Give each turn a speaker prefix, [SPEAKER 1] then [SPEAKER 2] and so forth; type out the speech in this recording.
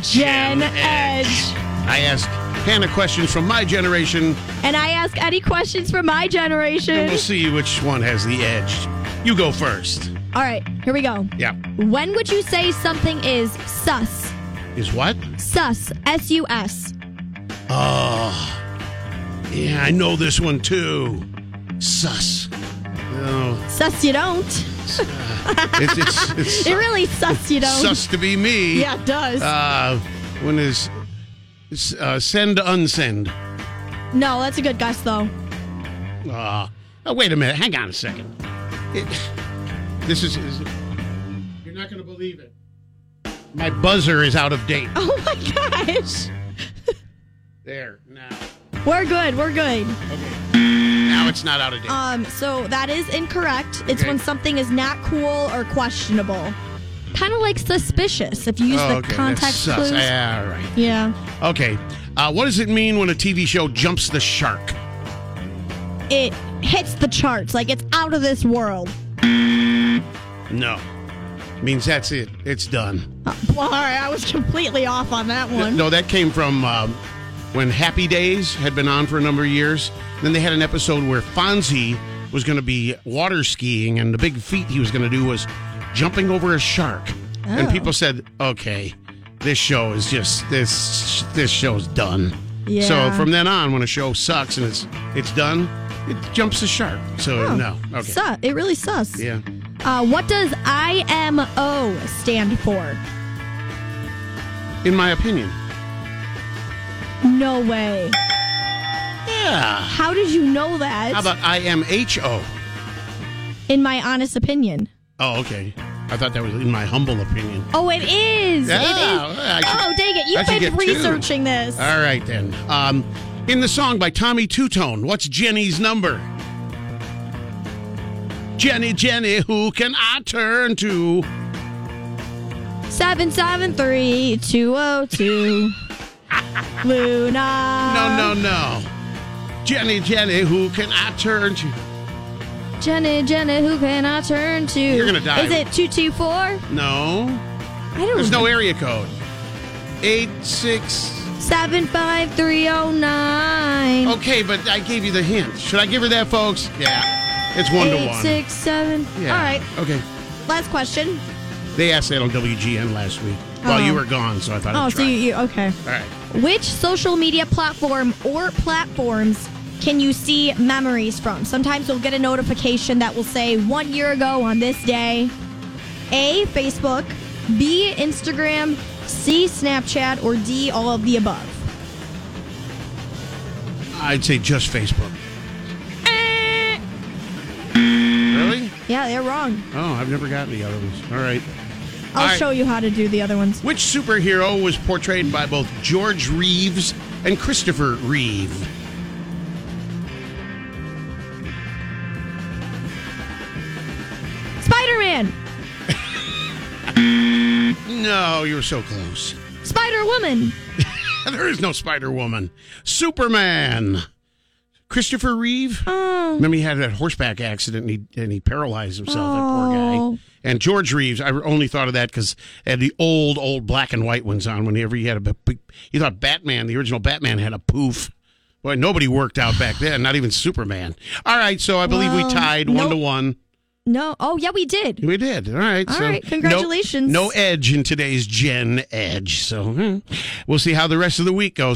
[SPEAKER 1] Gen
[SPEAKER 2] Gen
[SPEAKER 1] Edge.
[SPEAKER 2] I ask Hannah questions from my generation.
[SPEAKER 1] And I ask any questions for my generation.
[SPEAKER 2] We'll see which one has the edge. You go first.
[SPEAKER 1] All right, here we go.
[SPEAKER 2] Yeah.
[SPEAKER 1] When would you say something is sus?
[SPEAKER 2] Is what?
[SPEAKER 1] Sus. S U S.
[SPEAKER 2] Oh. Yeah, I know this one too. Sus. Oh,
[SPEAKER 1] Sus you don't.
[SPEAKER 2] it's it's, it's
[SPEAKER 1] It really sus you don't.
[SPEAKER 2] sus to be me.
[SPEAKER 1] Yeah, it does.
[SPEAKER 2] Uh, when is s- uh, send unsend?
[SPEAKER 1] no, that's a good guess though.
[SPEAKER 2] Uh, oh, wait a minute. Hang on a second. It- this is, is- You're not going to believe it. My buzzer is out of date.
[SPEAKER 1] Oh my gosh.
[SPEAKER 2] There now.
[SPEAKER 1] We're good. We're good.
[SPEAKER 2] Now it's not out of date.
[SPEAKER 1] Um, so that is incorrect. It's
[SPEAKER 2] Okay.
[SPEAKER 1] when something is not cool or questionable. Kind of like suspicious if you use the
[SPEAKER 2] Oh, okay, that's
[SPEAKER 1] context
[SPEAKER 2] sus.
[SPEAKER 1] clues.
[SPEAKER 2] Ah, All right.
[SPEAKER 1] Yeah.
[SPEAKER 2] Okay. Uh, what does it mean when a TV show jumps the shark?
[SPEAKER 1] It hits the charts like it's out of this world.
[SPEAKER 2] No. Means that's it. It's done.
[SPEAKER 1] Uh, well, all right, I was completely off on that one.
[SPEAKER 2] No, that came from um, when Happy Days had been on for a number of years. Then they had an episode where Fonzie was going to be water skiing, and the big feat he was going to do was jumping over a shark. And
[SPEAKER 1] Oh.
[SPEAKER 2] people said, "Okay, this show is just this. This show's done." So
[SPEAKER 1] Yeah.
[SPEAKER 2] from then on, when a show sucks and it's it's done, it jumps the shark. So
[SPEAKER 1] Oh,
[SPEAKER 2] no, okay,
[SPEAKER 1] Sus. It really sus.
[SPEAKER 2] yeah.
[SPEAKER 1] Uh, what does IMO stand for?
[SPEAKER 2] In my opinion,
[SPEAKER 1] No way.
[SPEAKER 2] yeah.
[SPEAKER 1] How did you know that?
[SPEAKER 2] How about I M H O?
[SPEAKER 1] in my honest opinion.
[SPEAKER 2] Oh, okay. I thought that was in my humble opinion.
[SPEAKER 1] Oh, it is.
[SPEAKER 2] Yeah,
[SPEAKER 1] it is.
[SPEAKER 2] I should-
[SPEAKER 1] oh, dang it.
[SPEAKER 2] I
[SPEAKER 1] You've
[SPEAKER 2] should
[SPEAKER 1] been
[SPEAKER 2] get two.
[SPEAKER 1] researching this.
[SPEAKER 2] All right then. Um, in the song by Tommy Two Tone, what's Jenny's number? Jenny, Jenny, who can I turn to?
[SPEAKER 1] 773 202. oh, Luna.
[SPEAKER 2] No, no, no. Jenny, Jenny, who can I turn to?
[SPEAKER 1] Jenny, Jenny, who can I turn to? You're
[SPEAKER 2] gonna die.
[SPEAKER 1] Is it 224? I
[SPEAKER 2] No,
[SPEAKER 1] don't
[SPEAKER 2] there's no
[SPEAKER 1] know.
[SPEAKER 2] area code. Eight six.
[SPEAKER 1] 75309.
[SPEAKER 2] Okay, but I gave you the hint. Should I give her that, folks? Yeah, it's one to
[SPEAKER 1] Eight,
[SPEAKER 2] one.
[SPEAKER 1] six, seven.
[SPEAKER 2] Yeah.
[SPEAKER 1] All right,
[SPEAKER 2] Okay.
[SPEAKER 1] last question.
[SPEAKER 2] They asked that on WGN last week. Well,
[SPEAKER 1] Oh.
[SPEAKER 2] you were gone, so I thought.
[SPEAKER 1] Oh,
[SPEAKER 2] I'd
[SPEAKER 1] so
[SPEAKER 2] try.
[SPEAKER 1] you, you okay.
[SPEAKER 2] All right.
[SPEAKER 1] Which social media platform or platforms can you see memories from? Sometimes you'll get a notification that will say one year ago on this day. A, Facebook, B, Instagram, C, Snapchat, or D, all of the above.
[SPEAKER 2] I'd say just Facebook. Eh. Really?
[SPEAKER 1] Yeah, they're wrong.
[SPEAKER 2] Oh, I've never gotten the other ones. All right.
[SPEAKER 1] I'll
[SPEAKER 2] right.
[SPEAKER 1] show you how to do the other ones.
[SPEAKER 2] Which superhero was portrayed by both George Reeves and Christopher Reeve?
[SPEAKER 1] Spider Man,
[SPEAKER 2] No, you were so close.
[SPEAKER 1] Spider Woman,
[SPEAKER 2] There is no Spider Woman. Superman. Christopher Reeve.
[SPEAKER 1] Oh.
[SPEAKER 2] Remember, he had that horseback accident and he, and he paralyzed himself, that poor
[SPEAKER 1] Oh.
[SPEAKER 2] guy. And George Reeves, I only thought of that because had the old, old black and white ones on whenever he had a. b- b- He thought Batman, the original Batman, had a poof. Boy, nobody worked out back then, not even Superman. All right, so I believe
[SPEAKER 1] Well,
[SPEAKER 2] we tied one to
[SPEAKER 1] nope.
[SPEAKER 2] one.
[SPEAKER 1] No. Oh, yeah, we did.
[SPEAKER 2] We did. All right.
[SPEAKER 1] All
[SPEAKER 2] so
[SPEAKER 1] right,
[SPEAKER 2] no-
[SPEAKER 1] congratulations.
[SPEAKER 2] No, edge in today's Gen Edge. So hmm, we'll see how the rest of the week goes.